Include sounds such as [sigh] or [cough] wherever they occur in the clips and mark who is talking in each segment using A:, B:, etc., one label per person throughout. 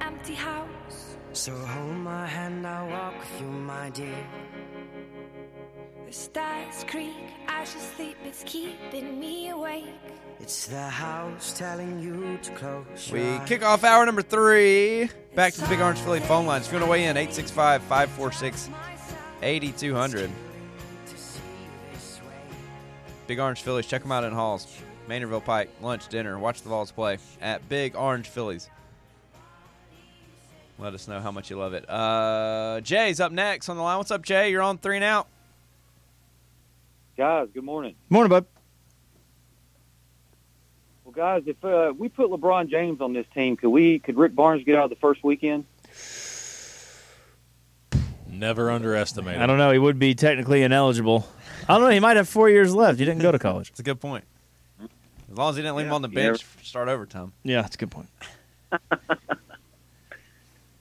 A: empty house.
B: So hold my hand, I'll walk with you, my dear.
A: The stars creak, I should sleep, it's keeping me awake.
B: It's the house telling you to close. your
C: We
B: eyes.
C: kick off hour number three. Back to the Big Orange Philly phone lines. If you want to weigh in, 865 546 8200. Big Orange Phillies, check them out in halls. Maynardville Pike, lunch, dinner. Watch the Vols play at Big Orange Phillies. Let us know how much you love it. Uh, Jay's up next on the line. What's up, Jay? You're on three and out.
D: Guys, good morning.
E: Morning, bud.
D: Well, guys, if uh, we put LeBron James on this team, could we? Could Rick Barnes get out the first weekend?
F: Never underestimate.
E: I don't know. He would be technically ineligible. I don't know. He might have four years left. He didn't go to college.
C: It's a good point. As long as he didn't leave him on the
D: you never-
C: bench, start over, Tom.
E: [laughs] Yeah, that's a good point.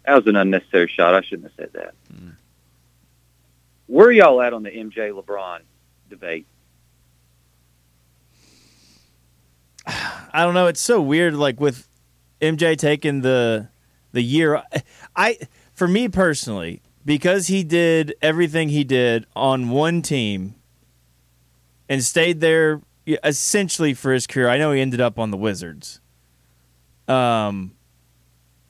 D: That was an unnecessary shot. I shouldn't have said that. Where are y'all at on the MJ LeBron debate?
E: I don't know. It's so weird. Like with MJ taking the the year, I for me personally, because he did everything he did on one team and stayed there essentially for his career. I know he ended up on the Wizards. Um,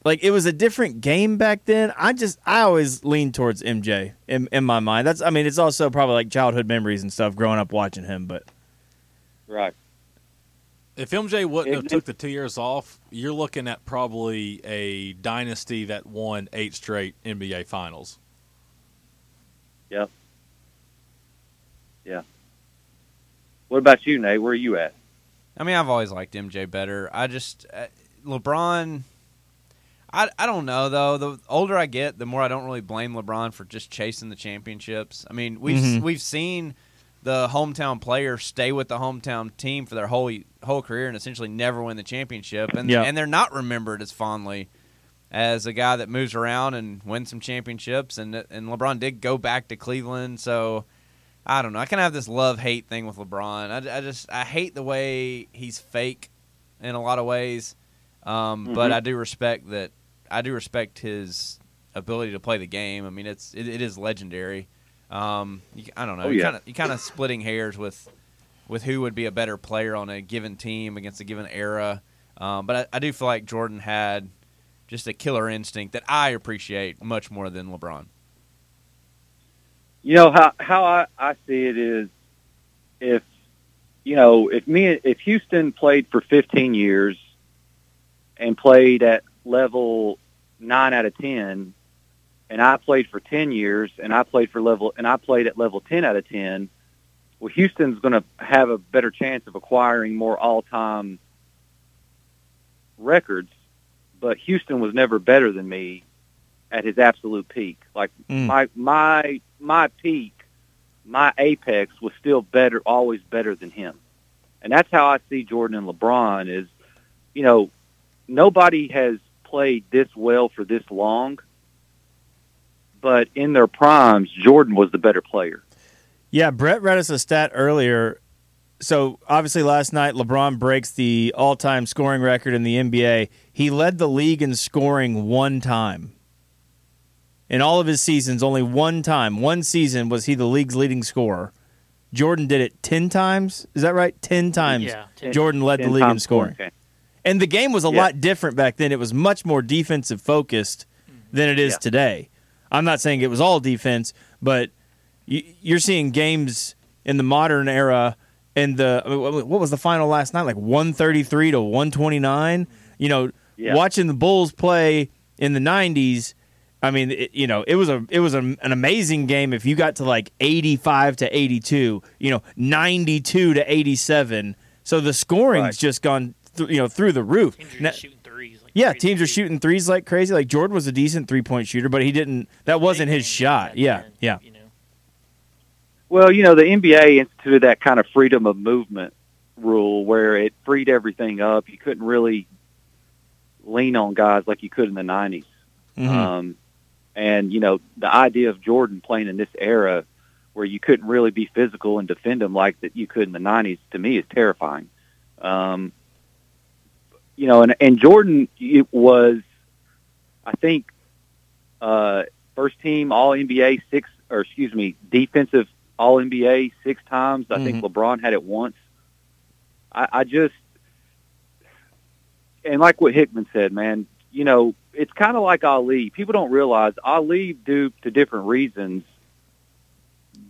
E: like it was a different game back then. I just I always lean towards MJ in in my mind. That's I mean it's also probably like childhood memories and stuff growing up watching him, but.
D: Right.
F: If MJ wouldn't have
D: It-
F: took the two years off, you're looking at probably a dynasty that won eight straight NBA finals.
D: Yeah. Yeah. What about you, Nate? Where are you at?
C: I mean, I've always liked MJ better. I just uh, LeBron. I I don't know though. The older I get, the more I don't really blame LeBron for just chasing the championships. I mean, we've
E: Mhm.
C: we've seen the hometown player stay with the hometown team for their whole whole career and essentially never win the championship, and
E: Yeah.
C: and they're not remembered as fondly as a guy that moves around and wins some championships. And and LeBron did go back to Cleveland, so. I don't know. I kind of have this love hate thing with LeBron. I, I just I hate the way he's fake in a lot of ways, um, but
D: Mhm.
C: I do respect that. I do respect his ability to play the game. I mean, it's it, it is legendary. Um, you, I don't know.
D: Oh,
C: you
D: yeah.
C: kind of you kind of splitting hairs with with who would be a better player on a given team against a given era. Um, but I, I do feel like Jordan had just a killer instinct that I appreciate much more than LeBron.
D: You know how how I, I see it is if you know if me if Houston played for 15 years and played at level nine out of 10, and I played for 10 years and I played for level and I played at level 10 out of 10. Well, Houston's going to have a better chance of acquiring more all-time records, but Houston was never better than me at his absolute peak. Like
E: Mm.
D: my my my peak, my apex was still better, always better than him. And that's how I see Jordan and LeBron is, you know, nobody has played this well for this long. But in their primes, Jordan was the better player.
E: Yeah, Brett read us a stat earlier. So obviously, last night LeBron breaks the all-time scoring record in the NBA. He led the league in scoring one time. In all of his seasons, only one time, one season was he the league's leading scorer. Jordan did it ten times. Is that right? Ten times.
G: Yeah.
E: Jordan led the
D: And
E: league in
D: Tom
E: scoring.
D: Clancy.
E: And the game was a
D: Yeah.
E: lot different back then. It was much more defensive focused than it is
D: Yeah.
E: today. I'm not saying it was all defense, but y- you're seeing games in the modern era. And the I mean, what what was the final last night? Like 133 to 129. You know,
D: Yeah.
E: watching the Bulls play in the 90s. I mean, it, you know, it was a it was a, an amazing game. If you got to like 85 to 82, you know, 92 to 87. So the scoring's
D: Right.
E: just gone, th- you know, through the roof.
G: Teams are
E: Now-
G: just shooting threes. Like
E: yeah,
G: threes
E: teams are
G: deep.
E: shooting threes like crazy. Like Jordan was a decent three point shooter, but he didn't. That wasn't his
G: Big
E: shot.
G: games
E: Yeah,
G: back then,
E: yeah.
G: You know,
D: Well, you know, the NBA instituted that kind of freedom of movement rule where it freed everything up. You couldn't really lean on guys like you could in the 90s.
E: Mhm.
D: Um, and you know, the idea of Jordan playing in this era where you couldn't really be physical and defend him like that you could in the '90s to me is terrifying. Um, you know, and and Jordan it was I think uh, first team All NBA six, or excuse me, defensive All NBA six times. I think LeBron had it once. I, I just and like what Hickman said, man. You know, it's kind of like Ali. People don't realize Ali, due to different reasons,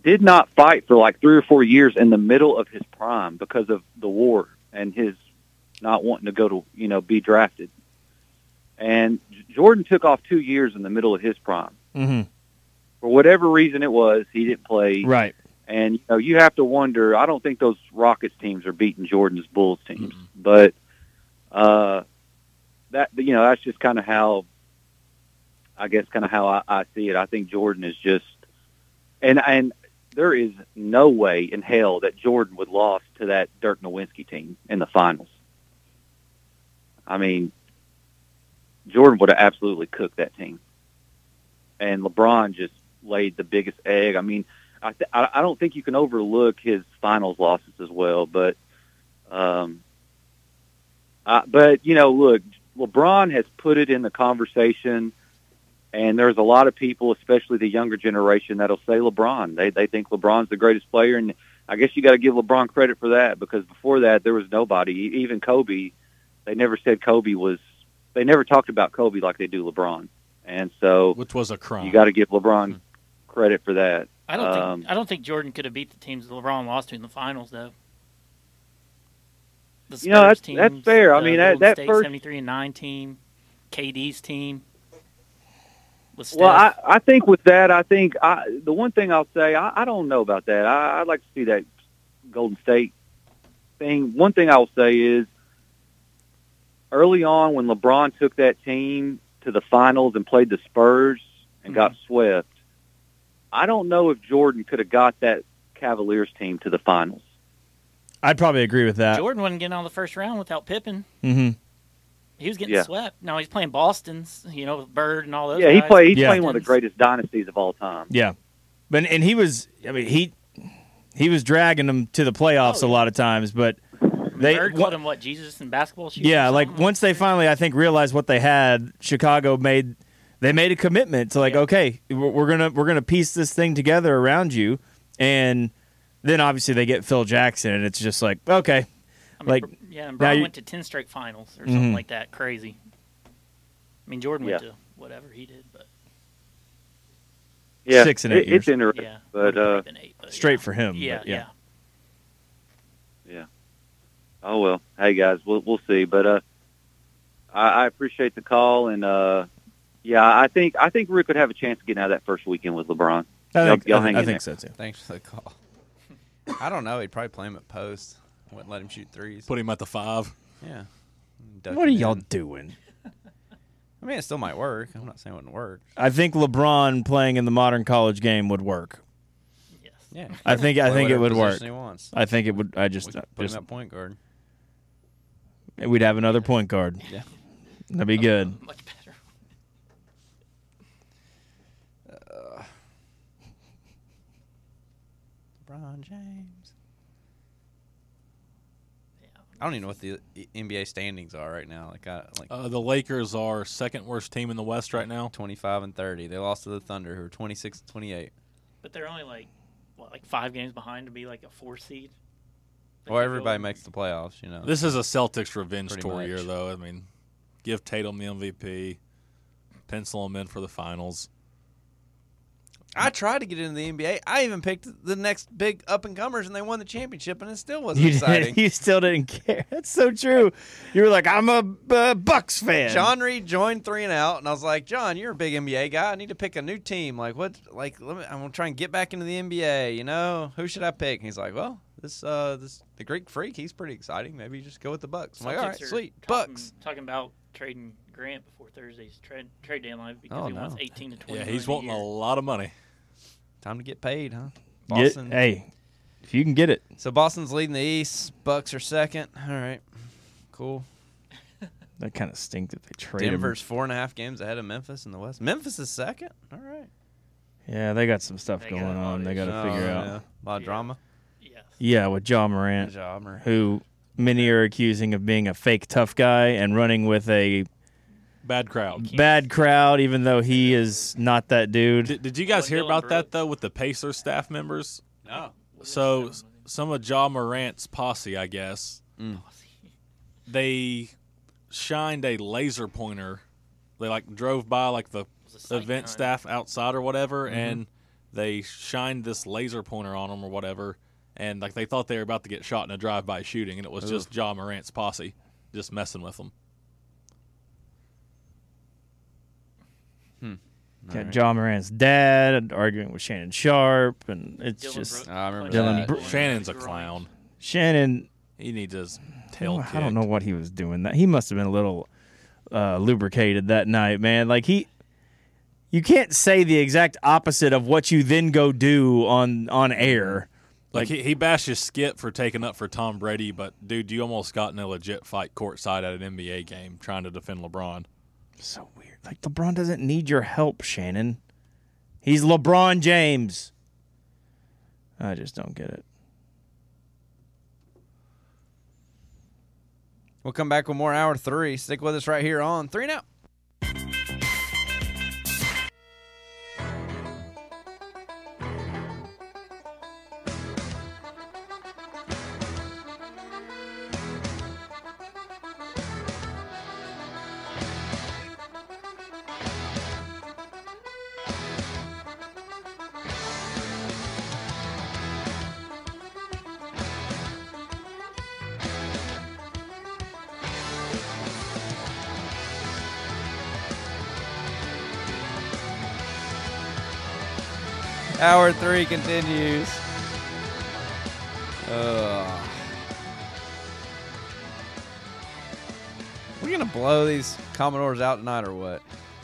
D: did not fight for like three or four years in the middle of his prime because of the war and his not wanting to go to you know be drafted. And J- Jordan took off two years in the middle of his prime
E: Mm-hmm.
D: for whatever reason it was. He didn't play,
E: Right.
D: and you know you have to wonder. I don't think those Rockets teams are beating Jordan's Bulls teams, but uh, that you know that's just kind of how I guess kind of how I, I see it. I think Jordan is just and and there is no way in hell that Jordan would lost to that Dirk Nowitzki team in the finals. I mean, Jordan would have absolutely cooked that team, and LeBron just laid the biggest egg. I mean. I, th- I I don't think you can overlook his finals losses as well, but um, uh, but you know, look, LeBron has put it in the conversation, and there's a lot of people, especially the younger generation, that'll say LeBron. They they think LeBron's the greatest player, and I guess you got to give LeBron credit for that because before that there was nobody, E- even Kobe. They never said Kobe was. They never talked about Kobe like they do LeBron, and so
F: which was a crime.
D: you got to give
E: Mm-hmm.
D: LeBron credit for that.
G: I don't
D: Um,
G: think I don't think Jordan could have beat the teams that LeBron lost to in the finals, though. The
D: You know, that's-
G: Spurs
D: that's
G: teams,
D: fair. I
G: the
D: mean, that-
G: Golden
D: that
G: State
D: first-
G: seventy-three and nine team, KD's team. With Steph.
D: Well, I, I think with that, I think I, the one thing I'll say, I, I don't know about that. I, I'd like to see that Golden State thing. One thing I'll say is early on when LeBron took that team to the finals and played the Spurs and got
E: Mm-hmm.
D: swept, I don't know if Jordan could have got that Cavaliers team to the finals.
E: I'd probably agree with that.
G: Jordan wasn't getting out of the first round without Pippen.
E: Mm-hmm.
G: He was getting
D: Yeah.
G: swept. No, he's playing Boston's, you know, with Bird and all those.
D: Yeah, he
G: guys.
D: played. He's
E: Yeah.
D: playing one of the greatest dynasties of all time.
E: Yeah, but and he was. I mean he he was dragging them to the playoffs
G: Oh,
E: a
G: yeah.
E: lot of times, but they
G: Bird
E: what-
G: called him what Jesus in basketball shoes.
E: yeah,
G: or
E: like
G: something?
E: once they finally I think realized what they had, Chicago made they made a commitment to like
G: Yeah.
E: okay, we're, we're gonna we're gonna piece this thing together around you, and then obviously they get Phil Jackson, and it's just like okay,
G: I
E: like,
G: Br- yeah, and
E: now
G: Brown
E: you-
G: went to ten straight finals or something
E: Mhm.
G: like that. Crazy. I mean, Jordan went
D: Yeah.
G: to whatever he did, but
D: Yeah,
E: Six and eight
D: It- It's
E: years.
D: interesting,
G: yeah,
D: but uh,
G: Been eight, but
E: straight
G: yeah.
E: for him.
G: Yeah,
E: but
G: yeah,
E: yeah,
D: Oh well, hey guys, we'll we'll see. But uh, I, I appreciate the call, and uh, yeah, I think I think Rick could have a chance of getting out of that first weekend with LeBron.
E: I
D: Y'all-
E: think,
D: y'all
E: I, think,
D: hang
E: I
D: in
E: think so too.
C: Thanks for the call. I don't know. He'd probably play him at post. Wouldn't let him shoot threes.
F: Put him at the five.
C: yeah. Duck
E: What are
C: him
E: y'all
C: in.
E: doing?
C: I mean, it still might work. I'm not saying it wouldn't work.
E: I think LeBron playing in the modern college game would work.
G: yes.
C: Yeah.
E: I think I
C: Play
E: think it
C: whatever
E: would work.
C: position He wants.
E: I think it would. I
C: We
E: just, uh,
C: could put
E: just
C: him at point guard.
E: we'd have another point guard.
C: Yeah.
E: That'd be good.
G: [laughs] much better.
C: LeBron James.
G: Yeah.
C: I don't even know what the uh, NBA standings are right now. Like, I, like
F: Uh, the Lakers are second worst team in the West right now.
C: 25 and 30. They lost to the Thunder, who are 26 and 28.
G: But they're only like what, like five games behind to be like a four seed. They
C: Well,
G: could go-
C: everybody makes the playoffs, you know.
F: This is a Celtics revenge
C: Pretty
F: tour
C: much.
F: year, though. I mean, give Tatum the MVP, pencil him in for the finals.
C: I tried to get into the NBA. I even picked the next big up and comers, and they won the championship, and it still wasn't
E: You,
C: exciting.
E: didn't, [laughs] you still didn't care. That's so true. You were like, I'm a uh, Bucks fan.
C: John Reed joined three and out, and I was like, John, you're a big NBA guy. I need to pick a new team. Like what? Like let me, I'm gonna try and get back into the NBA. You know, who should I pick? And he's like, well, this uh, this the Greek Freak. He's pretty exciting. Maybe just go with the Bucks. I'm like, all
G: Celtics
C: right,
G: are
C: sweet
G: talking-
C: Bucks.
G: Talking about trading Grant before Thursday's trade trade deadline because
C: Oh,
G: he wants
C: no.
G: eighteen to twenty.
F: Yeah, he's
G: million
F: wanting
G: a
F: a
G: year.
F: lot of money.
C: Time to get paid, huh?
E: Get,
C: Boston.
E: hey, if you can get it,
C: So Boston's leading the East. Bucks are second. All right, cool.
E: that kind of stinks if they trade
C: Denver's four and a half games ahead of Memphis in the West. Memphis is second. All right.
E: him. Yeah, they got some stuff
G: They got
E: going
G: a lot
E: on.
G: of
E: They got to
C: Oh,
E: figure out.
C: yeah. A lot of
G: Yeah.
C: drama.
G: Yes.
E: Yeah, with John Morant,
C: Ja Morant.
E: who many are accusing of being a fake tough guy and running with a
F: Bad crowd.
E: Bad crowd, even though he is not that dude.
F: Did, did you guys
G: Dylan
F: hear about
G: Brooks.
F: that though with the Pacers staff members?
C: No.
F: So s- some of Ja Morant's posse, I guess,
E: Mm.
F: they shined a laser pointer. They like drove by like the
G: was a sight
F: event
G: gun.
F: staff outside or whatever,
E: Mm-hmm.
F: and they shined this laser pointer on them or whatever, and like they thought they were about to get shot in a drive-by shooting, and it was just Ja Morant's posse just messing with them.
E: Got John Moran's dad arguing with Shannon Sharp, and it's
G: Dylan
E: just
G: Brooks
C: I remember
G: punched
E: Dylan
G: him in
E: Bro-
G: the
F: Shannon's a
G: groin.
F: clown.
E: Shannon.
F: He needs his
E: I
F: tail
E: don't-
F: kicked.
E: I don't know what he was doing. That he must have been a little uh, lubricated that night, man. Like he, you can't say the exact opposite of what you then go do on on air.
F: Like he, he bashes Skip for taking up for Tom Brady, but dude, you almost got in a legit fight courtside at an NBA game trying to defend LeBron.
E: So weird. Like LeBron doesn't need your help, Shannon. He's LeBron James. I just don't get it.
C: We'll come back with more hour three. Stick with us right here on three now. Hour three continues. Ugh. We're gonna blow these Commodores out tonight, or what?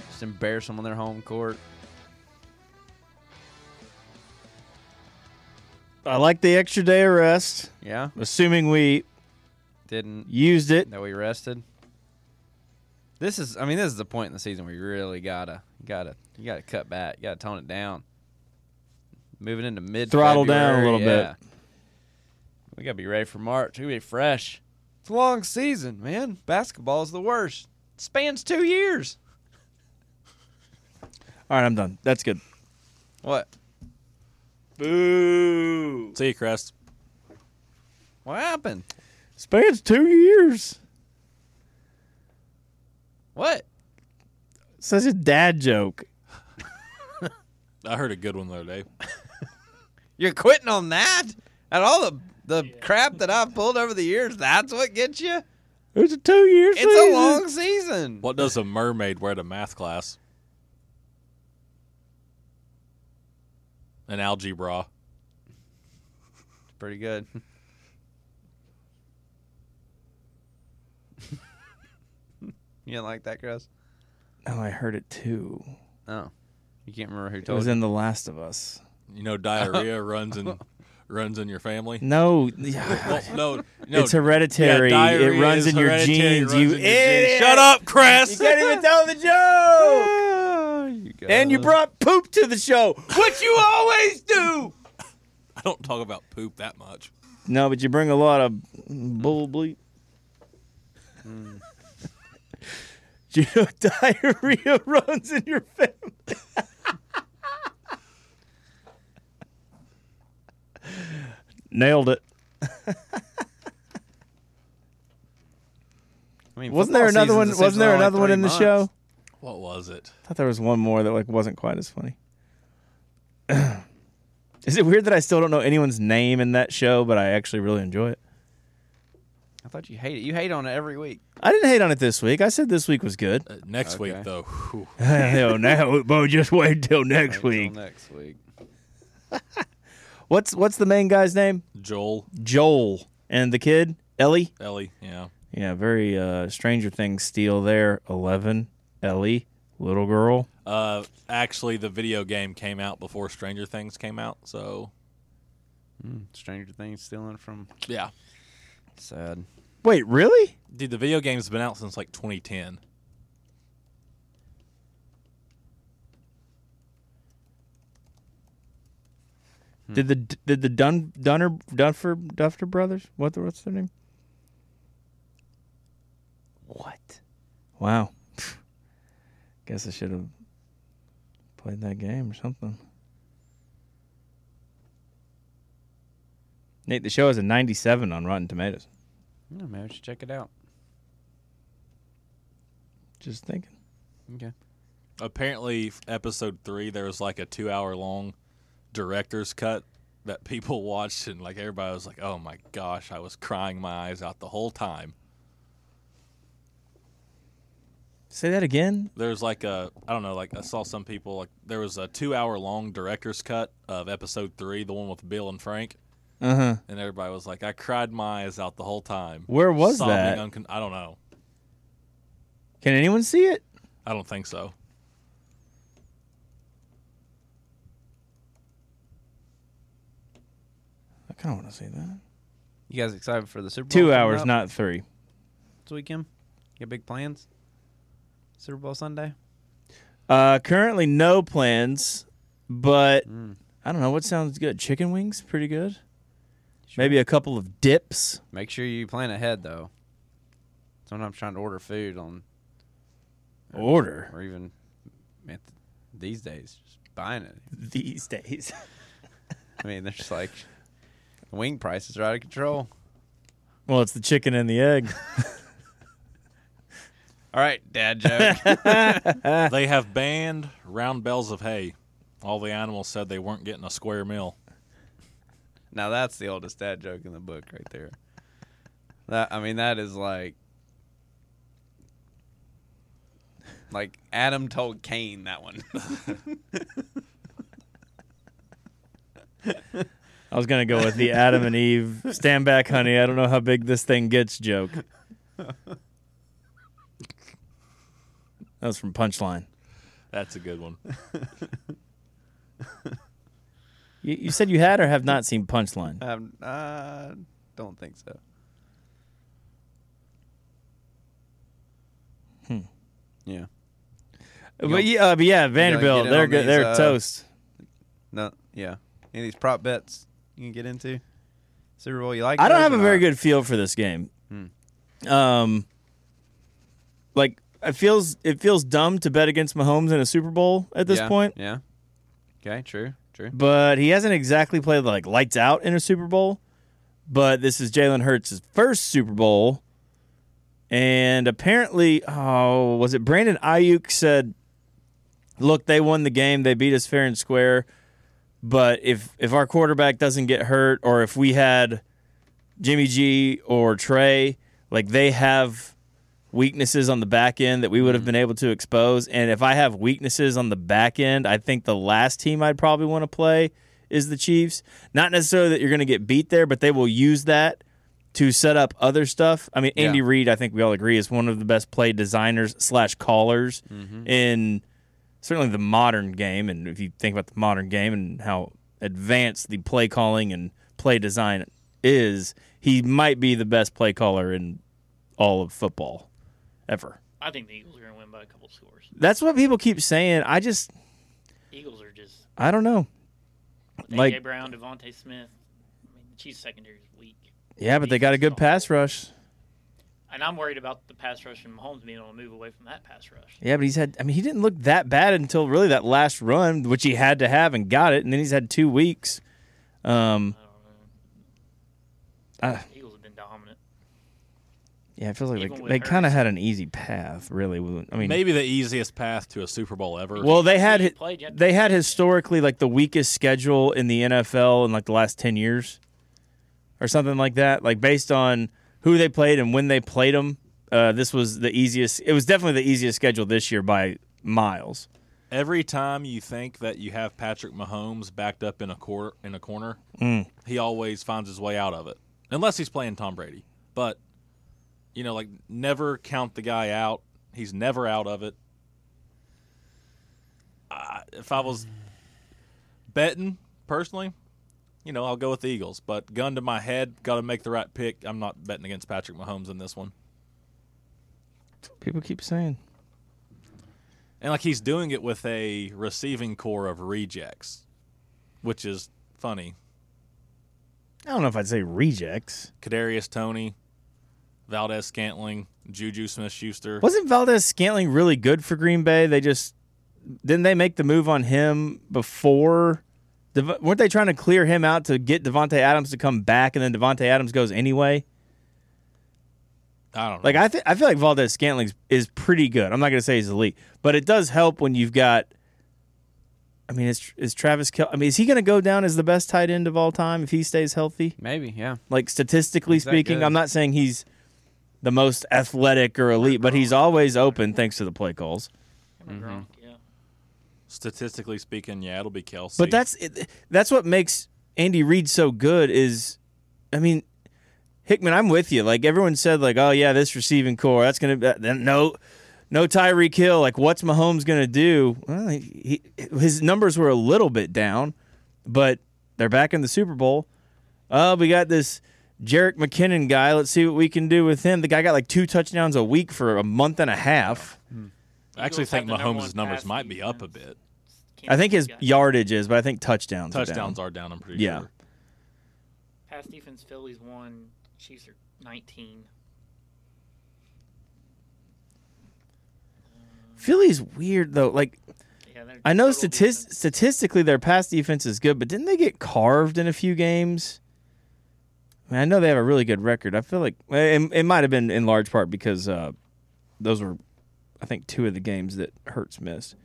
C: Just embarrass them on their home court.
E: I like the extra day of rest,
C: Yeah,
E: assuming we
C: didn't
E: used it.
C: that we rested. This is, I mean, this is the point in the season where you really gotta, gotta, you gotta cut back, you gotta tone it down. Moving into mid,
E: Throttle down a little
C: bit. We gotta be ready for March. We gotta be fresh. It's a long season, man. Basketball's the worst. spans two years.
E: All right, I'm done. That's good.
C: What?
E: Boo.
F: See you, Crest.
C: What happened?
E: Spans two years.
C: What?
E: Such a dad joke.
F: I heard a good one the other day.
C: You're quitting on that? At all the the crap that I've pulled over the years, that's what gets you?
E: It's a two year
C: It's a long season.
F: What does a mermaid wear to math class? An algebra.
C: Pretty good. [laughs] you didn't like that, Chris?
E: Oh, I heard it too.
C: No. You can't remember who
E: It
C: told
E: was
C: you.
E: in The Last of Us.
F: You
E: [laughs]
F: know, diarrhea runs in runs in your family.
E: No, [laughs]
F: Well, no, [laughs] no.
E: it's hereditary.
F: Yeah,
E: it
F: diarrhea
E: runs
F: is
E: in your
F: hereditary, it
E: genes. You
F: runs in your genes.
E: idiot.
F: Shut up, Crest.
E: You can't even tell
F: [laughs]
E: the joke.
C: You
E: And you
C: guys.
E: brought poop to the show, [laughs] which you always do.
F: I don't talk about poop that much.
E: No, but you bring a lot of bull bleep.
F: Hmm.
E: [laughs] Do you know [laughs] diarrhea [laughs] runs in your family? [laughs] Nailed it.
C: I mean,
E: Wasn't there
C: football
E: another
C: season's
E: one?
C: essentially
E: Wasn't there
C: only
E: another one
C: three
E: in the
C: months.
E: show?
F: What was it?
E: I thought there was one more that like wasn't quite as funny. [clears throat] Is it weird that I still don't know anyone's name in that show, but I actually really enjoy it?
C: I thought you hate it. You hate on it every week.
E: I didn't hate on it this week. I said this week was good. [laughs]
F: Uh, next
C: Okay.
F: week though. whew.
E: Hell, now, Bo, just wait till next
C: Wait till
E: week.
C: Next week.
E: What's what's the main guy's name?
F: Joel,
E: Joel and the kid Ellie.
F: Ellie, yeah.
E: Yeah, very uh, Stranger Things steal there. Eleven, Ellie, little girl.
F: Uh, actually, the video game came out before Stranger Things came out, so
C: Hmm. Stranger Things stealing from.
F: yeah.
C: Sad.
E: Wait, really?
F: Dude, the video game's been out since like 2010.
E: Did the did the Dun Dunner Dunfer Duffer brothers? What the, what's their name? What? Wow. [laughs] Guess I should have played that game or something. Nate, the show has a 97 on Rotten Tomatoes.
C: Yeah, maybe I should check it out.
E: Just thinking.
C: Okay.
F: Apparently, f- episode three there was like a two-hour-long director's cut that [laughs] people watched, and like everybody was like, "Oh my gosh!" I was crying my eyes out the whole time.
E: Say that again.
F: There's like a I don't know, like I saw some people like there was a two-hour-long director's cut of episode three, the one with Bill and Frank.
E: Uh huh.
F: and everybody was like, "I cried my eyes out the whole time."
E: Where was
F: Sobbing
E: that?
F: uncon- I don't know.
E: Can anyone see it?
F: I don't think so.
E: I kind of want to see that.
C: You guys excited for the Super Bowl?
E: Two
C: coming
E: hours,
C: up
E: not three.
C: this weekend. You got big plans? Super Bowl Sunday.
E: Uh, currently, no plans, but
C: Mm.
E: I don't know what sounds good. Chicken wings, pretty good.
C: Sure.
E: Maybe a couple of dips.
C: Make sure you plan ahead though. Sometimes trying to order food on,
E: Order
C: or even man, th- these days, just buying it.
E: these days. [laughs]
C: I mean, there's like wing prices are out of control.
E: well, it's the chicken and the egg.
C: All right, dad joke. [laughs]
E: Eh.
F: they have banned round bales of hay. All the animals said they weren't getting a square meal.
C: now that's the oldest dad joke in the book right there. That I mean, that is like like Adam told Cain that one. [laughs]
E: I was gonna go with the Adam and [laughs] Eve stand back, honey. I don't know how big this thing gets [laughs] joke. That was from Punchline.
F: That's a good one.
E: You, you said you had or have not seen Punchline.
C: Um, uh, don't think so. Hmm. Yeah.
E: But yeah, uh, but yeah Vanderbilt,
C: in
E: they're
C: on
E: good.
C: these,
E: they're
C: uh,
E: toast.
C: No. Yeah. Any of these prop bets you can get into? Super Bowl, you like?
E: I don't
C: those
E: have
C: or
E: a very
C: not?
E: good feel for this game. Um, like it feels it feels dumb to bet against Mahomes in a Super Bowl at this
C: Yeah,
E: point,
C: Yeah. Okay. True. True.
E: but he hasn't exactly played like lights out in a Super Bowl. But this is Jalen Hurts' first Super Bowl, and apparently, oh, was it Brandon Ayuk said, "Look, they won the game. They beat us fair and square." But if if our quarterback doesn't get hurt, or if we had Jimmy G or Trey, like they have weaknesses on the back end that we would have been able to expose. And if I have weaknesses on the back end, I think the last team I'd probably want to play is the Chiefs. Not necessarily that you're going to get beat there, but they will use that to set up other stuff. I mean, Andy
C: Yeah.
E: Reid, I think we all agree, is one of the best play designers slash callers in certainly the modern game. And if you think about the modern game and how advanced the play calling and play design is, he might be the best play caller in all of football ever.
G: I think the Eagles are going to win by a couple scores.
E: That's what people keep saying. I just,
G: Eagles are just
E: I don't know.
G: AJ
E: Like,
G: Brown, Devontae Smith. I mean, the Chiefs secondary is weak,
E: yeah, but they got a good pass rush.
G: and I'm worried about the pass rush and Mahomes being able to move away from that pass rush.
E: Yeah, but he's had, I mean, he didn't look that bad until really that last run, which he had to have and got it. And then he's had two weeks. Um,
G: I don't know.
E: Ah.
G: Eagles have been dominant.
E: yeah, it feels like
G: Even
E: they,
G: with
E: they kind of
G: Hurts.
E: had an easy path, really. I mean,
F: Maybe the easiest path to a Super Bowl ever.
E: Well, they had
G: you
E: hi-
G: played, you had to
E: they
G: play.
E: had historically like the weakest schedule in the NFL in like the last ten years, or something like that. Like based on who they played and when they played them, uh, this was the easiest. It was definitely the easiest schedule this year by miles.
F: Every time you think that you have Patrick Mahomes backed up in a cor- in a corner, he always finds his way out of it, unless he's playing Tom Brady. But you know, like never count the guy out. He's never out of it. I if I was betting personally, you know, I'll go with the Eagles. But gun to my head, got to make the right pick. I'm not betting against Patrick Mahomes in this one.
E: People keep saying,
F: And like he's doing it with a receiving core of rejects, which is funny.
E: I don't know if I'd say rejects.
F: Kadarius Tony, Valdez Scantling, Juju Smith Schuster.
E: Wasn't Valdez Scantling really good for Green Bay? They just didn't they make the move on him before? Dev- weren't they trying to clear him out to get Devonte Adams to come back, and then Devonte Adams goes anyway?
F: I don't know.
E: Like I think I feel like Valdez Scantling is pretty good. I'm not gonna say he's elite, but it does help when you've got. I mean, is is Travis? Kel- I mean, is he gonna go down as the best tight end of all time if he stays healthy?
C: Maybe, yeah.
E: Like statistically
C: He's that
E: speaking,
C: good.
E: I'm not saying he's the most athletic or elite, but he's always open thanks to the play calls.
F: Mm-hmm.
G: Cameron Gronk, yeah.
F: statistically speaking, yeah, it'll be Kelsey.
E: But that's it- that's what makes Andy Reid so good. Is I mean, Hickman, I'm with you. Like everyone said, like oh yeah, this receiving core that's gonna that, that- no no Tyreek Hill. Like what's Mahomes gonna do? Well, he, he- his numbers were a little bit down, but they're back in the Super Bowl. Uh, we got this Jarek McKinnon guy. Let's see what we can do with him. The guy got like two touchdowns a week for a month and a half.
F: I actually
G: Eagles have
F: think
G: the
F: Mahomes'
G: number one
F: numbers
G: pass
F: might be up a
G: defense.
F: bit.
E: I think his
G: Kansas guy.
E: yardage is, but I think touchdowns. are down.
F: Touchdowns are down. I'm pretty
E: Yeah.
F: sure.
G: pass defense. Phillies one. Chiefs are 19.
E: Philly's weird though. Like
G: Yeah, they're
E: I know
G: total
E: statis-
G: defense.
E: statistically their pass defense is good, but didn't they get carved in a few games? I mean, I know they have a really good record. I feel like eh, it, it might have been in large part because uh, those were, I think, two of the games that Hurts missed.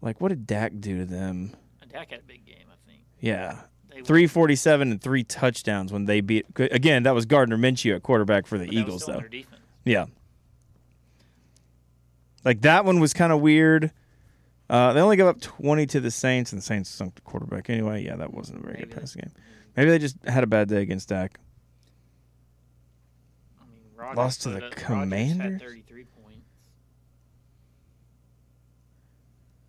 E: Like, what did Dak do to them?
G: Dak had a big game. I think
E: Yeah,
G: they won.
E: three forty-seven and three touchdowns when they beat. Again, that was Gardner Minshew at quarterback for the
G: But that was
E: Eagles,
G: still on
E: though.
G: Their defense.
E: Yeah. Like that one was kind of weird. Uh, they only gave up 20 to the Saints, and the Saints sunk the quarterback anyway. Yeah, that wasn't a very
G: Maybe.
E: good passing game. Maybe they just had a bad day against Dak.
G: I mean, Rodgers
E: Lost to
G: put
E: the
G: up- Rodgers
E: Commanders?
G: Had 33 points.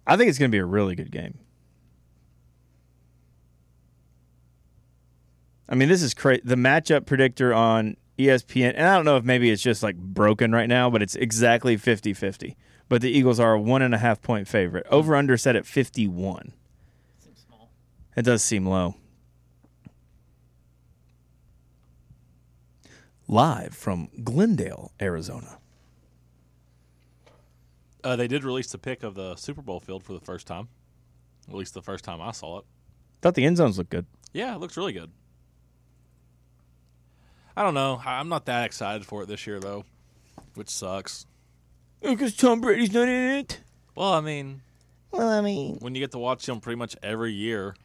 E: I think it's going to be a really good game. I mean, this is crazy. The matchup predictor on E ESPN, and I don't know if maybe it's just like broken right now, but it's exactly 50 50. But the Eagles are a one and a half point favorite. Over under set at 51.
G: Seems small.
E: It does seem low. Live from Glendale, Arizona.
F: Uh, they did release the pick of the Super Bowl field for the first time. At least the first time I saw it.
E: Thought the end zones looked good.
F: Yeah, it looks really good. I don't know. I- I'm not that excited for it this year though, which sucks.
E: Because Tom Brady's not in it.
F: Well, I mean,
E: Well, I mean,
F: when you get to watch him pretty much every year,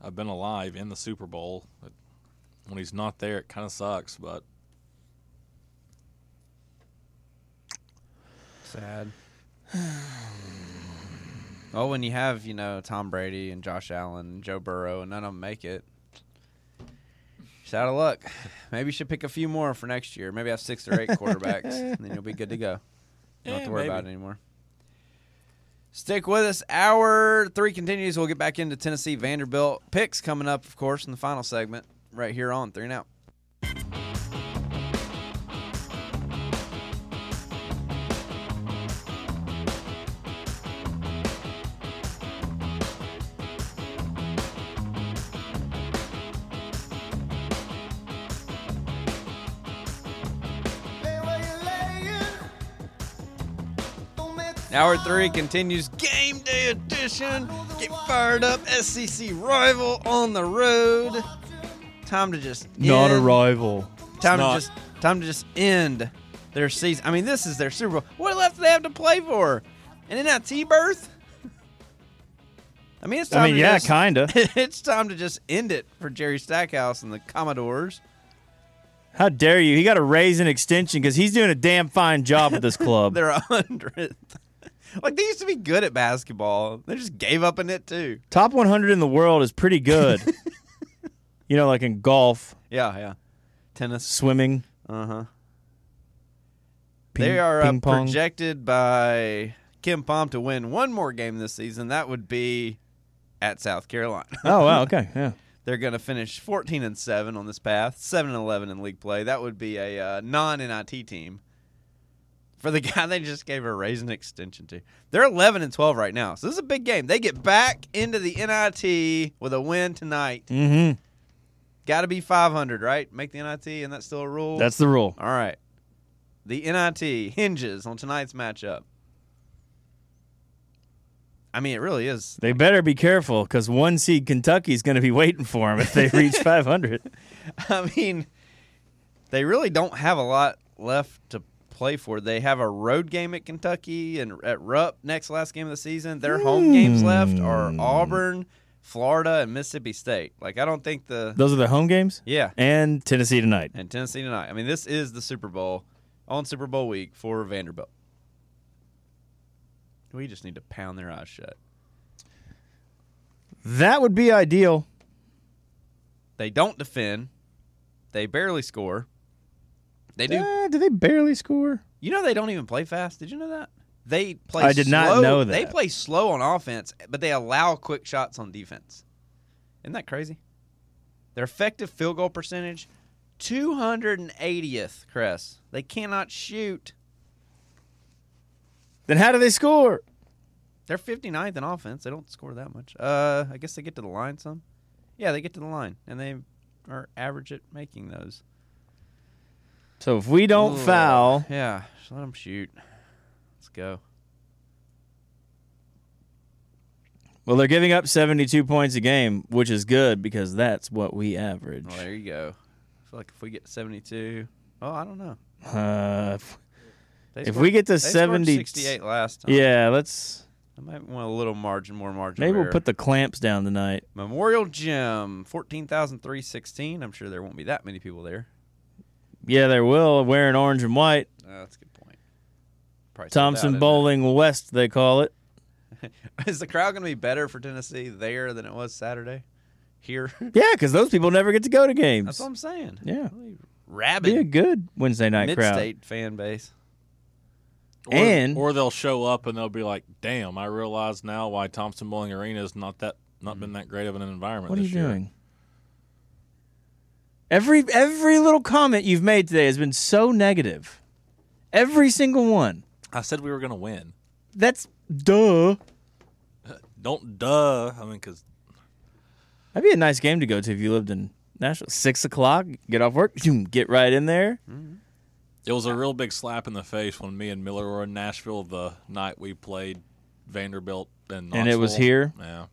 F: I've been alive in the Super Bowl. But When he's not there, it kind of sucks. But
C: Sad. [sighs] well, when you have, you know, Tom Brady and Josh Allen and Joe Burrow and none of them make it, just out of luck. [sighs] Maybe you should pick a few more for next year. Maybe have six
F: [laughs]
C: or eight quarterbacks, and then you'll be good to go. You don't have
F: Eh,
C: to worry about it
F: maybe.
C: anymore. Stick with us. Hour three continues. We'll get back into Tennessee Vanderbilt picks coming up, of course, in the final segment right here on Three and Out. Hour three continues game day edition. Get fired up, SEC rival on the road. Time to just
E: not a
C: end-
E: rival.
C: Time
F: not.
C: to just time to just end their season. I mean, this is their Super Bowl. What else do they have to play for? An NIT berth? I mean, it's time
E: I mean,
C: to
E: yeah,
C: just,
E: [laughs] kinda.
C: [laughs] it's time to just end it for Jerry Stackhouse and the Commodores.
E: How dare you? He got to raise an extension because he's doing a damn fine job at this [laughs] club.
C: They're a hundredth. [laughs] like they used to be good at basketball. They just gave up in it too.
E: Top 100 in the world is pretty [laughs] good. you know, like in golf,
C: Yeah, yeah. Tennis.
E: swimming.
C: Uh huh.
E: Ping,
C: they are
E: ping
C: uh,
E: pong.
C: projected by Kim Pom to win one more game this season. That would be at South Carolina. [laughs]
E: oh wow, okay, yeah.
C: They're going to finish 14 and 7 on this path, 7 and 11 in league play. That would be a uh, non NIT team for the [laughs] guy they just gave a raise and extension to. They're 11 and 12 right now. So this is a big game. They get back into the NIT with a win tonight.
E: Mm-hmm.
C: Got to be 500, right? Make the NIT, and that's still a rule.
E: That's the rule.
C: all right. the NIT hinges on tonight's matchup. I mean, it really is. [laughs]
E: They better be careful because one seed Kentucky's going to be waiting for them if [laughs] they reach 500.
C: I mean, they really don't have a lot left to play for. They have a road game at Kentucky and at Rupp next last game of the season. Their home games left are Auburn, Florida, and Mississippi State. Like, I don't think the.
E: Those are their home games?
C: Yeah.
E: And Tennessee tonight.
C: and Tennessee tonight. I mean, this is the Super Bowl on Super Bowl week for Vanderbilt. We just need to pound their eyes shut.
E: That would be ideal.
C: They don't defend. They barely score. They do.
E: Eh, do they barely score?
C: You know they don't even play fast. Did you know that? They play.
E: I did not
C: slow-
E: know that.
C: They play slow on offense, but they allow quick shots on defense. Isn't that crazy? Their effective field goal percentage, two hundred and eightieth. Chris, they cannot shoot.
E: Then how do they score?
C: They're 59th in offense. They don't score that much. Uh, I guess they get to the line some. Yeah, they get to the line, and they are average at making those.
E: So if we don't
C: Ugh.
E: foul,
C: Yeah, just let them shoot. Let's go.
E: well, they're giving up 72 points a game, which is good because that's what we average.
C: Well, Oh, there you go. I feel like if we get 72, oh, I don't know.
E: Uh, if-
C: They
E: If we get to
C: they scored
E: 70
C: 68 last time.
E: yeah, let's
C: I might want a little margin, more margin.
E: maybe
C: of
E: we'll
C: error.
E: put the clamps down tonight.
C: Memorial Gym, 14,316. I'm sure there won't be that many people there.
E: Yeah, they will wearing orange and white.
C: Uh, that's a good point. Probably sold out, isn't
E: Thompson
C: it?
E: Bowling West, they call it.
C: [laughs] Is the crowd going to be better for Tennessee there than it was Saturday? Here, [laughs]
E: Yeah, because those people never get to go to games.
C: that's what I'm saying.
E: Yeah.
C: Really
E: Be a
C: rabid
E: good Wednesday night crowd.
C: mid-state fan base.
F: Or,
E: And-
F: or they'll show up and they'll be like, "Damn, I realize now why Thompson Bowling Arena is not that not been that great of an environment."
E: What are
F: this
E: you
F: year.
E: doing? Every every little comment you've made today has been so negative. Every single one.
F: I said we were going to win.
E: That's duh.
F: Don't duh. I mean, because
E: That'd be a nice game to go to if you lived in Nashville. Six o'clock, get off work, zoom, get right in there.
F: it was a real big slap in the face when me and Miller were in Nashville the night we played Vanderbilt and
E: And it was
F: Knoxville.
E: here?
F: Yeah,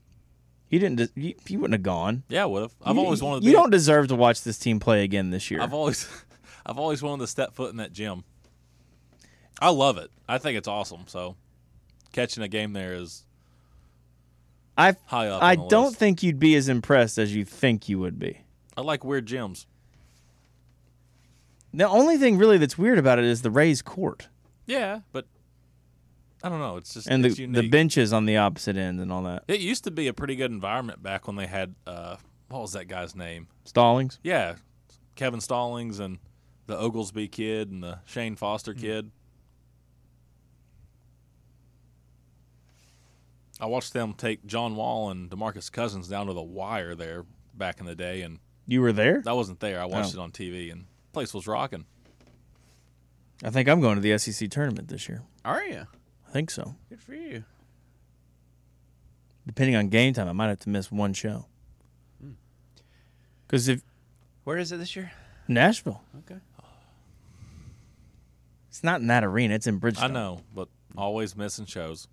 E: You didn't. des- You, you wouldn't have gone.
F: yeah. I would have. I've
E: You-
F: always wanted. To
E: You
F: be-
E: don't deserve to watch this team play again this year.
F: I've always, [laughs] I've always wanted to step foot in that gym. I love it. I think it's awesome. So, catching a game there is
E: I
F: high up.
E: I
F: on the
E: don't
F: list.
E: think you'd be as impressed as you think you would be.
F: I like weird gyms.
E: The only thing really that's weird about it is the raised court
F: Yeah, but I don't know. It's just
E: and
F: it's
E: the the
F: unique.
E: benches on the opposite end and all that.
F: It used to be a pretty good environment back when they had uh, what was that guy's name?
E: Stallings.
F: Yeah, Kevin Stallings and the Oglesby kid and the Shane Foster kid. I watched them take John Wall and DeMarcus Cousins down to the wire there back in the day, and
E: You were there?
F: I wasn't there. I watched
E: Oh.
F: it on TV, and place was rocking.
E: I think I'm going to the SEC tournament this year.
C: Are you?
E: I think so.
C: Good for you.
E: Depending on game time, I might have to miss one show.
F: Hmm.
E: Because if
C: Where is it this year?
E: Nashville,
C: Okay.
E: it's not in that arena. It's in Bridgestone.
F: I know, but always missing shows.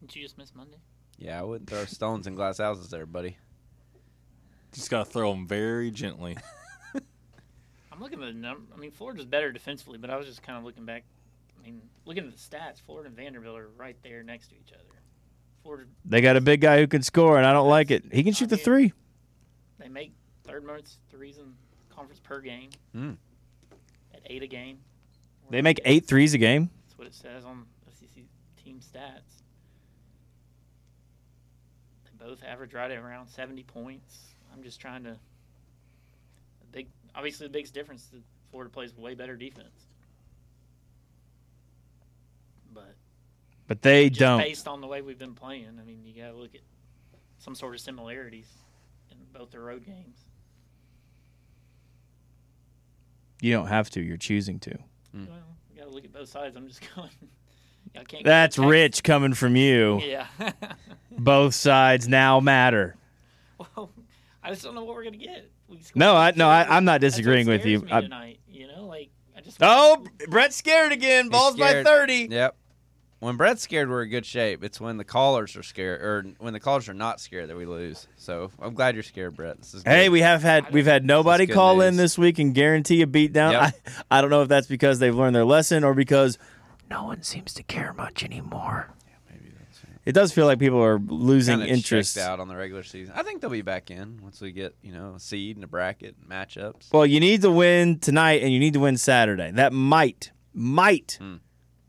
G: Did you just miss Monday?
C: Yeah, I wouldn't throw stones in glass houses there, [laughs] buddy.
F: Just gotta throw them very [laughs] gently.
G: I'm looking at the number. I mean, Florida's better defensively, but I was just kind of looking back. I mean, looking at the stats, Florida and Vanderbilt are right there next to each other. Florida,
E: They got a big guy who can score, and I don't like it. He can shoot the three.
G: they make third most threes in conference per game.
C: Hmm.
G: At eight a game.
E: They make eight threes a game.
G: That's what it says on SEC team stats. They both average right around 70 points. I'm just trying to. The big, obviously, the biggest difference is that Florida plays way better defense. But
E: But they
G: just
E: don't.
G: based on the way we've been playing, I mean, you got to look at some sort of similarities in both the road games.
E: You don't have to. You're choosing to.
G: Well, you got to look at both sides. I'm just [laughs] going. Y'all can't. go to
E: That's
G: Texas.
E: rich coming from you.
G: Yeah. [laughs]
E: Both sides now matter.
G: Well, [laughs] I just don't know what we're gonna get. We scored
E: No, I- no, I-
G: 52.
E: I'm not
G: That's what
E: disagreeing with you.
G: scares me
E: I-
G: tonight, you know, like just
E: Oh, Brett's scared again.
C: He's
E: Balls by
C: scared.
E: 30.
C: Yep. When Brett's scared, we're in good shape. It's when the callers are scared, or when the callers are not scared, that we lose. So I'm glad you're scared, Brett. This is
E: Hey,
C: good.
E: we have had we've had nobody
C: good
E: call in
C: news.
E: this week and guarantee a beatdown.
C: Yep.
E: I, I don't know if that's because they've learned their lesson or because
B: No one seems to care much anymore.
E: it does feel like people are losing
C: Kinda checked
E: interest.
C: out on the regular season. I think they'll be back in once we get you know a seed and a bracket and matchups.
E: Well, you need to win tonight and you need to win Saturday. That might might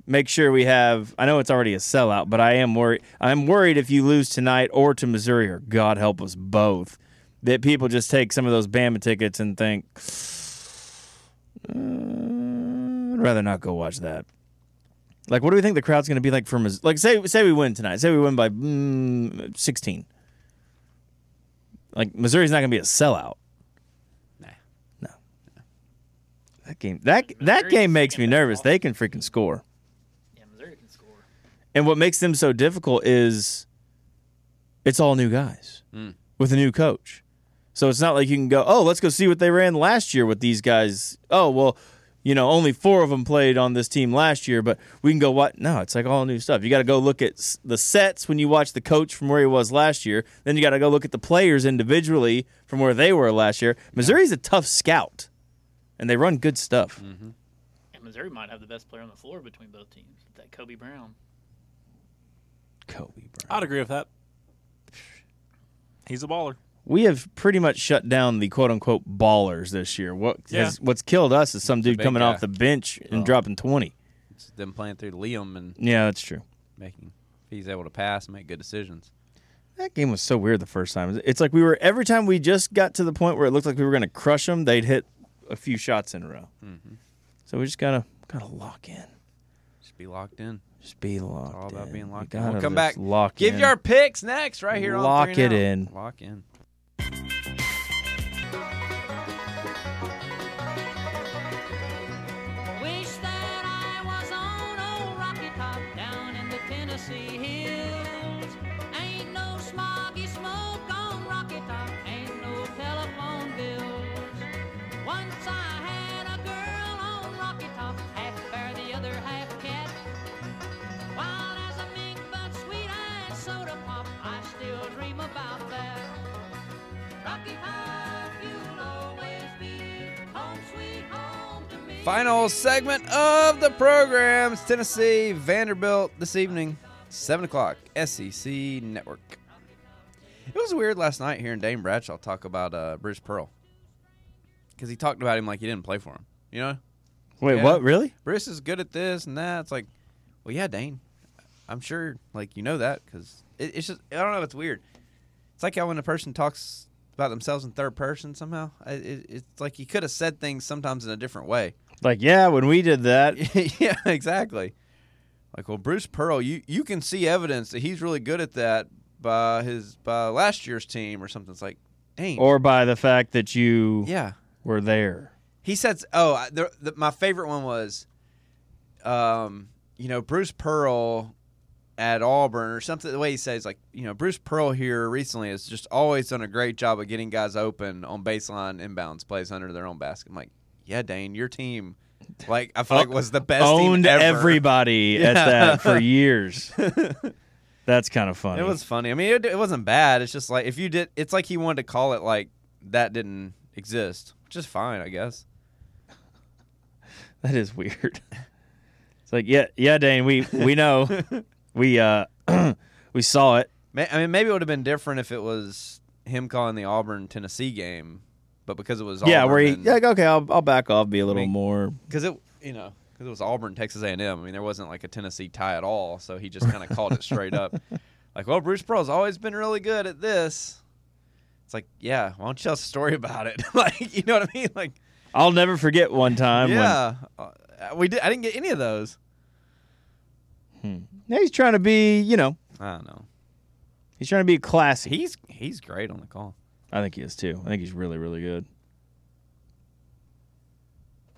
E: make sure we have. I know it's already a sellout, but I am worried. I'm worried if you lose tonight or to Missouri or God help us both, that people just take some of those Bama tickets and think, "Uh, I'd rather not go watch that. Like, what do we think the crowd's going to be like for Missouri? Like, say say we win tonight. Say we win by mm, 16. Like Missouri's not going to be a sellout. That game that that
G: Missouri's
E: game makes me
G: thinking about
E: nervous. They can freaking score.
G: yeah, Missouri can score.
E: And what makes them so difficult is it's all new guys
C: Mm.
E: with a new coach. So it's not like you can go, oh, let's go see what they ran last year with these guys. Oh, well, you know, only four of them played on this team last year, but we can go what? No, it's like all new stuff. You got to go look at s- the sets when you watch the coach from where he was last year. Then you got to go look at the players individually from where they were last year. Missouri's a tough scout, and they run good stuff.
G: And Missouri might have the best player on the floor between both teams. That Kobe Brown.
E: Kobe Bryant.
F: I'd agree with that. He's a baller.
E: we have pretty much shut down the quote unquote ballers this year. What
F: Yeah.
E: has, what's killed us is some dude
C: big
E: coming
C: guy. Oh.
E: off the bench and dropping twenty.
C: It's them playing through Liam and
E: Yeah, that's true.
C: making if he's able to pass, and make good decisions.
E: That game was so weird the first time. It's like we were every time we just got to the point where it looked like we were going to crush them, they'd hit a few shots in a row.
C: Mm-hmm.
E: So we just gotta gotta lock in.
C: Just be locked in.
E: Just be locked.
C: It's all about
E: in.
C: being
E: We
C: locked in.
E: gotta
C: We'll come back.
E: just Lock
C: Give
E: in.
C: your picks next, right here.
E: Lock
C: on Three and
E: it
C: Out.
E: in.
C: Lock in.
H: Wish that I was on old Rocky Top down in the Tennessee hills. Ain't no smoggy smoke on Rocky Top, ain't no telephone bills. Once I had a girl on Rocky Top, half fair, the other half cat. Wild as a mink, but sweet as soda pop, I still dream about that. Rocky Top, you'll always be home sweet home to me.
C: Final segment of the program. It's Tennessee Vanderbilt this evening, seven o'clock. SEC Network. It was weird last night hearing Dane Bradshaw talk about uh, Bruce Pearl because he talked about him like he didn't play for him. You know,
E: Wait,
C: Yeah.
E: what? Really?
C: Bruce is good at this and that. It's like, well, yeah, Dane, I'm sure like you know that because it, it's just I don't know. It's weird. It's like how when a person talks about themselves in third person somehow. I- It, it's like he could have said things sometimes in a different way.
E: Like, yeah, when we
C: [laughs]
E: did that,
C: yeah, exactly. Like, well, Bruce Pearl, you, you can see evidence that he's really good at that by his by last year's team or something. It's like, dang,
E: or by the fact that you
C: yeah.
E: were there.
C: He says, oh, I- the, the, my favorite one was, um, you know, Bruce Pearl at Auburn or something. The way he says, like, you know, Bruce Pearl here recently has just always done a great job of getting guys open on baseline inbounds plays under their own basket. I'm like, yeah, Dane, your team, like, I feel like was the best
E: owned
C: team ever.
E: everybody [laughs] at
C: Yeah.
E: that for years. [laughs] That's kind of funny.
C: It was funny. I mean, it, it wasn't bad. It's just like if you did, it's like he wanted to call it like that didn't exist, which is fine, I guess.
E: that is weird. It's like yeah, yeah, Dane. We we [laughs] know we uh [clears throat] we saw it.
C: May, I mean, maybe it would have been different if it was him calling the Auburn Tennessee game, but because it was
E: yeah, where he
C: Auburn,
E: yeah, like, okay, I'll I'll back off, be a little
C: mean-
E: more.
C: because it you know because it was Auburn Texas A and M. I mean, there wasn't like a Tennessee tie at all, so he just kind of called it straight
E: [laughs]
C: up, like, well, Bruce Pearl's always been really good at this. It's like, yeah, why don't you tell us a story about it? [laughs] like, you know what I mean? Like,
E: I'll never forget one time
C: yeah, uh, we did. I didn't get any of those.
E: when he's trying to be, you know,
C: I don't know.
E: he's trying to be classy.
C: He's he's great on the call.
E: I think he is too. I think he's really really good.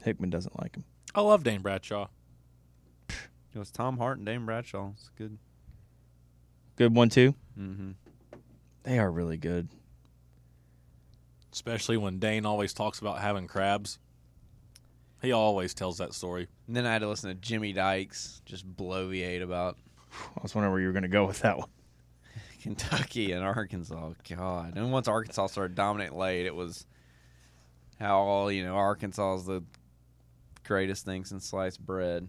E: Hickman doesn't like him.
F: I love Dane Bradshaw.
C: It was Tom Hart and Dame Bradshaw. It's good.
E: Good one too.
C: Mm-hmm.
E: They are really good.
F: Especially when Dane always talks about having crabs. He always tells that story.
C: And then I had to listen to Jimmy Dykes just bloviate about [laughs]
E: I was wondering where you were going to go with that one.
C: Kentucky and Arkansas. God. And once Arkansas started dominating late, it was how all, you know, Arkansas is the greatest thing since sliced bread.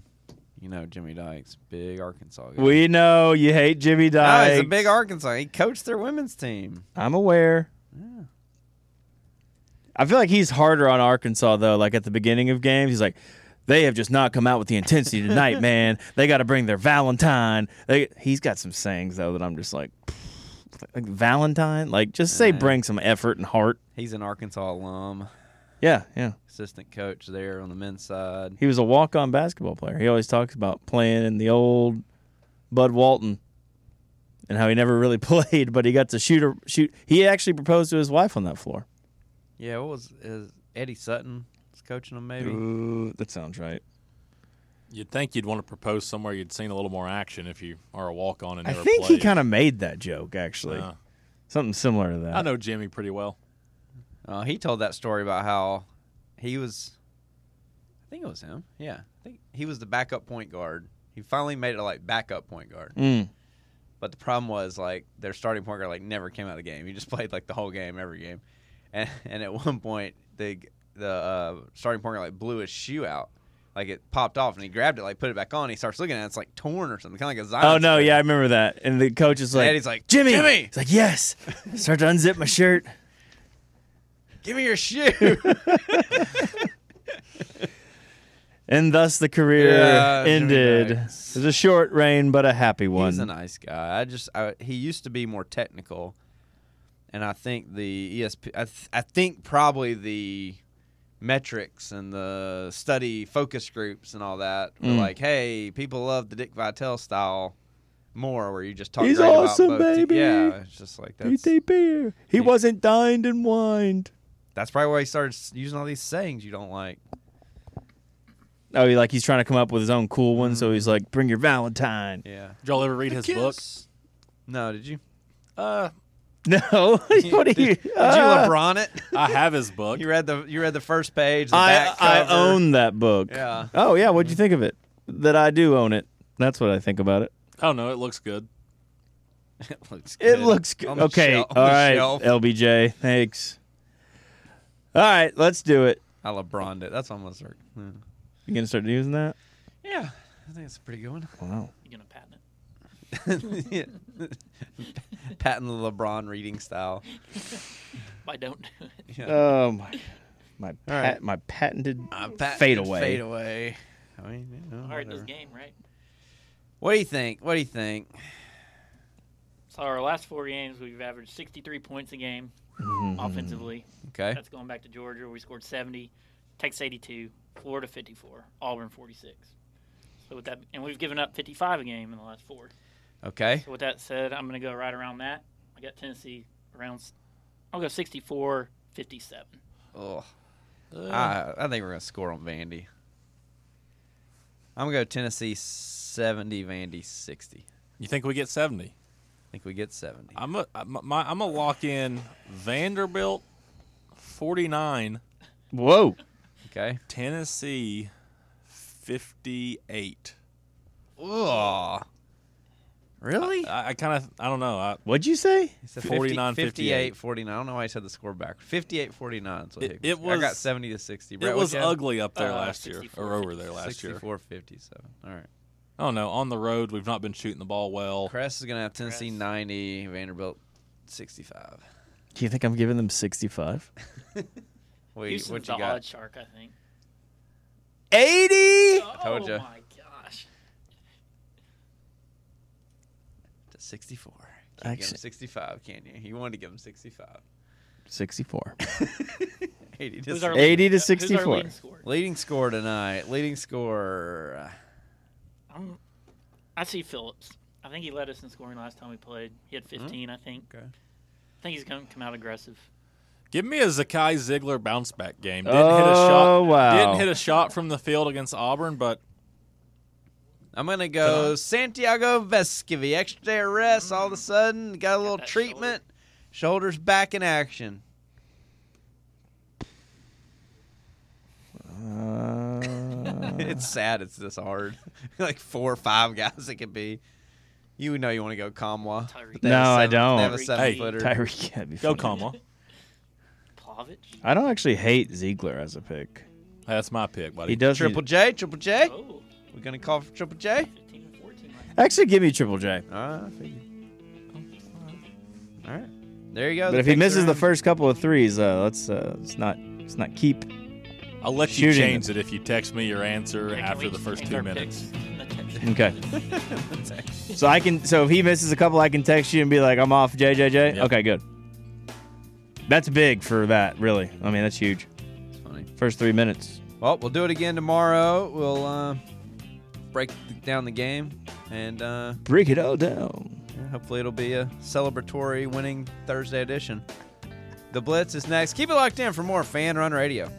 C: You know, Jimmy Dykes, big Arkansas guy.
E: We know you hate Jimmy
C: No,
E: Dykes.
C: he's a big Arkansas. He coached their women's team.
E: I'm aware. I feel like he's harder on Arkansas though. Like at the beginning of games, he's like, "They have just not come out with the
C: [laughs]
E: intensity tonight, man. They got to bring their Valentine." They, he's got some sayings though that I'm just like, like Valentine. Like just say, bring some effort and heart.
C: He's an Arkansas alum,
E: Yeah, yeah.
C: assistant coach there on the men's side.
E: He was a walk-on basketball player. He always talks about playing in the old Bud Walton and how he never really [laughs] played, but he got to shoot. A, shoot. He actually proposed to his wife on that floor.
C: Yeah, what was is Eddie Sutton was coaching him
E: Mm-hmm.
C: maybe?
E: Ooh, that sounds right.
F: You'd think you'd want to propose somewhere you'd seen a little more action if you are a walk on and
E: I
F: never
E: think
F: played.
E: he kind of made that joke actually.
F: Uh,
E: Something similar to that.
F: I know Jimmy pretty well.
C: Uh, he told that story about how he was. I think it was him. Yeah, I think he was the backup point guard. He finally made it like backup point guard.
E: Mm.
C: But the problem was like their starting point guard like never came out of the game. He just [laughs] played like the whole game, every game. And, and at one point the the uh, starting point guard like blew his shoe out. Like it popped off and he grabbed it, like put it back on. And he starts looking at it, it's like torn or something, kind of like a Zion.
E: Oh no,
C: string.
E: yeah, I remember that. And the coach is like,
C: Eddie's like,
E: Jimmy,
C: "Jimmy!"
E: He's like, yes. Start to unzip my shirt.
C: Give me your [laughs] shoe.
E: And thus the career
C: Yeah, Jimmy
E: ended. It
C: Dykes.
E: was a short reign, but a happy one.
C: He's a nice guy. I just I, he used to be more technical, and I think the ESP. I, th- I think probably the metrics and the study focus groups and all that were
E: Mm.
C: like, hey, people love the Dick Vitale style more, where you just talk.
E: He's
C: great
E: awesome,
C: about both te-
E: baby.
C: Yeah, it's just like that's
E: PTP. He
C: Yeah.
E: wasn't dined and wined.
C: that's probably why he started s- using all these sayings you don't like.
E: Oh, he, like he's trying to come up with his own cool one, so he's like, "Bring your Valentine." [laughs]
C: Yeah.
F: Did y'all ever read his book?
C: No, did you?
F: Uh,
E: No, what are
C: did,
E: you?
C: did you
E: [laughs] Ah.
C: LeBron it?
F: I have
E: [laughs]
F: his book.
C: You read the you read the first page. The
E: I
C: back
E: I
C: cover.
E: own that book.
C: Yeah.
E: Oh yeah, what'd you think of it? That I do own it. That's what I think about it.
F: I don't know. Oh, It looks good.
C: [laughs] It looks
E: It looks good. Okay. All right. LBJ. Thanks. All right. Let's do it.
C: I LeBroned it. That's almost right.
E: You gonna start using that?
C: Yeah. I think it's a pretty good one.
E: Wow.
G: You gonna patent it?
C: [laughs] yeah. [laughs] Patent LeBron reading style.
G: Why don't [laughs] do it?
E: Oh my. My pat,
C: right.
E: my patented
C: Uh, patented
E: fade away.
C: Fade away. I mean, you know,
G: All right, this
C: whatever.
G: game, right?
C: What do you think? What do you think?
G: So our last four games, we've averaged 63 points a game
E: Mm-hmm.
G: offensively.
C: Okay.
G: That's going back to Georgia, where we scored 70, Texas 82, Florida 54, Auburn 46. So with that, and we've given up 55 a game in the last four.
C: Okay.
G: So with that said, I'm going to go right around that. I got Tennessee around. s- I'll go 64, 57.
C: Ugh.
F: Uh,
E: Ah.
C: I, I think we're going to score on Vandy. I'm going to go Tennessee 70, Vandy 60.
F: You think we get 70?
C: I think we get 70.
F: I'm a, I'm a, my, I'm a lock in Vanderbilt 49,
E: Whoa.
C: Okay.
F: Tennessee 58.
C: Ugh. Really?
F: I, I kind of, I don't know. I,
E: What'd you say?
C: He said
F: 49,
C: 58, 49. I don't know why I said the score back. 58 49. That's what
F: It-
C: Higgins
F: it
C: said. I got
F: was-
C: 70 to 60. Brett,
F: it was
C: what you had?
F: ugly up there
G: Uh,
F: last year,
G: 64,
F: or over there last year.
C: 64 57. All right.
F: Oh no, on the road we've not been shooting the ball well.
C: Crest is going to have Tennessee
G: Crest.
C: 90, Vanderbilt 65.
E: Do you think I'm giving them 65?
C: Wait,
G: Houston's
C: what
G: the
C: you got?
G: odd shark, I think.
E: 80?
C: told
G: oh
C: ya.
G: my gosh!
C: To 64. Can't give
E: Actually-
C: him 65, can you? You wanted to give him 65. [laughs]
E: 64.
C: 80 to
G: Who's
C: 60.
G: our leading-
E: 80 to
G: who's our
E: 64.
G: leading scorer?
C: Leading score tonight. Leading uh, score.
G: I'm, I see Phillips. I think he led us in scoring last time we played. He had 15, I think.
C: Okay.
G: I think he's going to come out aggressive.
F: Give me a Zakai Ziegler bounce back game. Didn't hit a
E: Oh,
F: shot.
E: wow.
F: Didn't hit a shot from the field against Auburn, but
C: I'm going to go Santiago Vescovi. Extra day of rest all of a sudden. Got a little
G: Mm. that shoulder.
C: treatment. Shoulders back in action.
E: Uh,
C: [laughs] it's sad it's this hard. [laughs] like four or five guys it could be. You know you want to go Kamwa.
G: Tyreek.
C: They have
E: No,
C: a
E: I
C: seven-
E: don't.
C: They have a
G: Tyreek.
C: seven
F: Hey,
C: footer.
E: Tyreek. that'd
C: [laughs]
E: be
F: Go
E: funny.
F: Kama.
G: Plavich.
E: I don't actually hate Ziegler as a pick.
F: That's my pick, buddy.
E: He does
C: Triple J, Triple J.
G: Oh,
C: We're gonna call for Triple J.
G: 15 and 14.
E: Actually, give me Triple J.
C: Uh, I figured.
G: Oh,
C: All right, there you go.
E: But if he
C: picks
E: misses
C: are
E: the
C: in.
E: first couple of threes, uh, let's uh, let's not let's not keep.
F: I'll let you
E: Shooting.
F: change it if you text me your answer
G: Yeah, can
F: after
G: we
F: the
G: just
F: first
G: make
F: two
G: our
F: minutes.
G: picks in the text?
E: Okay. so I can. So if he misses a couple, I can text you and be like, "I'm off, JJJ."
F: Yep.
E: Okay, good. That's big for that. Really, I mean, that's huge.
C: It's funny.
E: First three minutes.
C: Well, we'll do it again tomorrow. We'll uh, break th- down the game, and uh,
E: Break it all down.
C: yeah, hopefully it'll be a celebratory winning Thursday edition. The Blitz is next. Keep it locked in for more Fan Run Radio.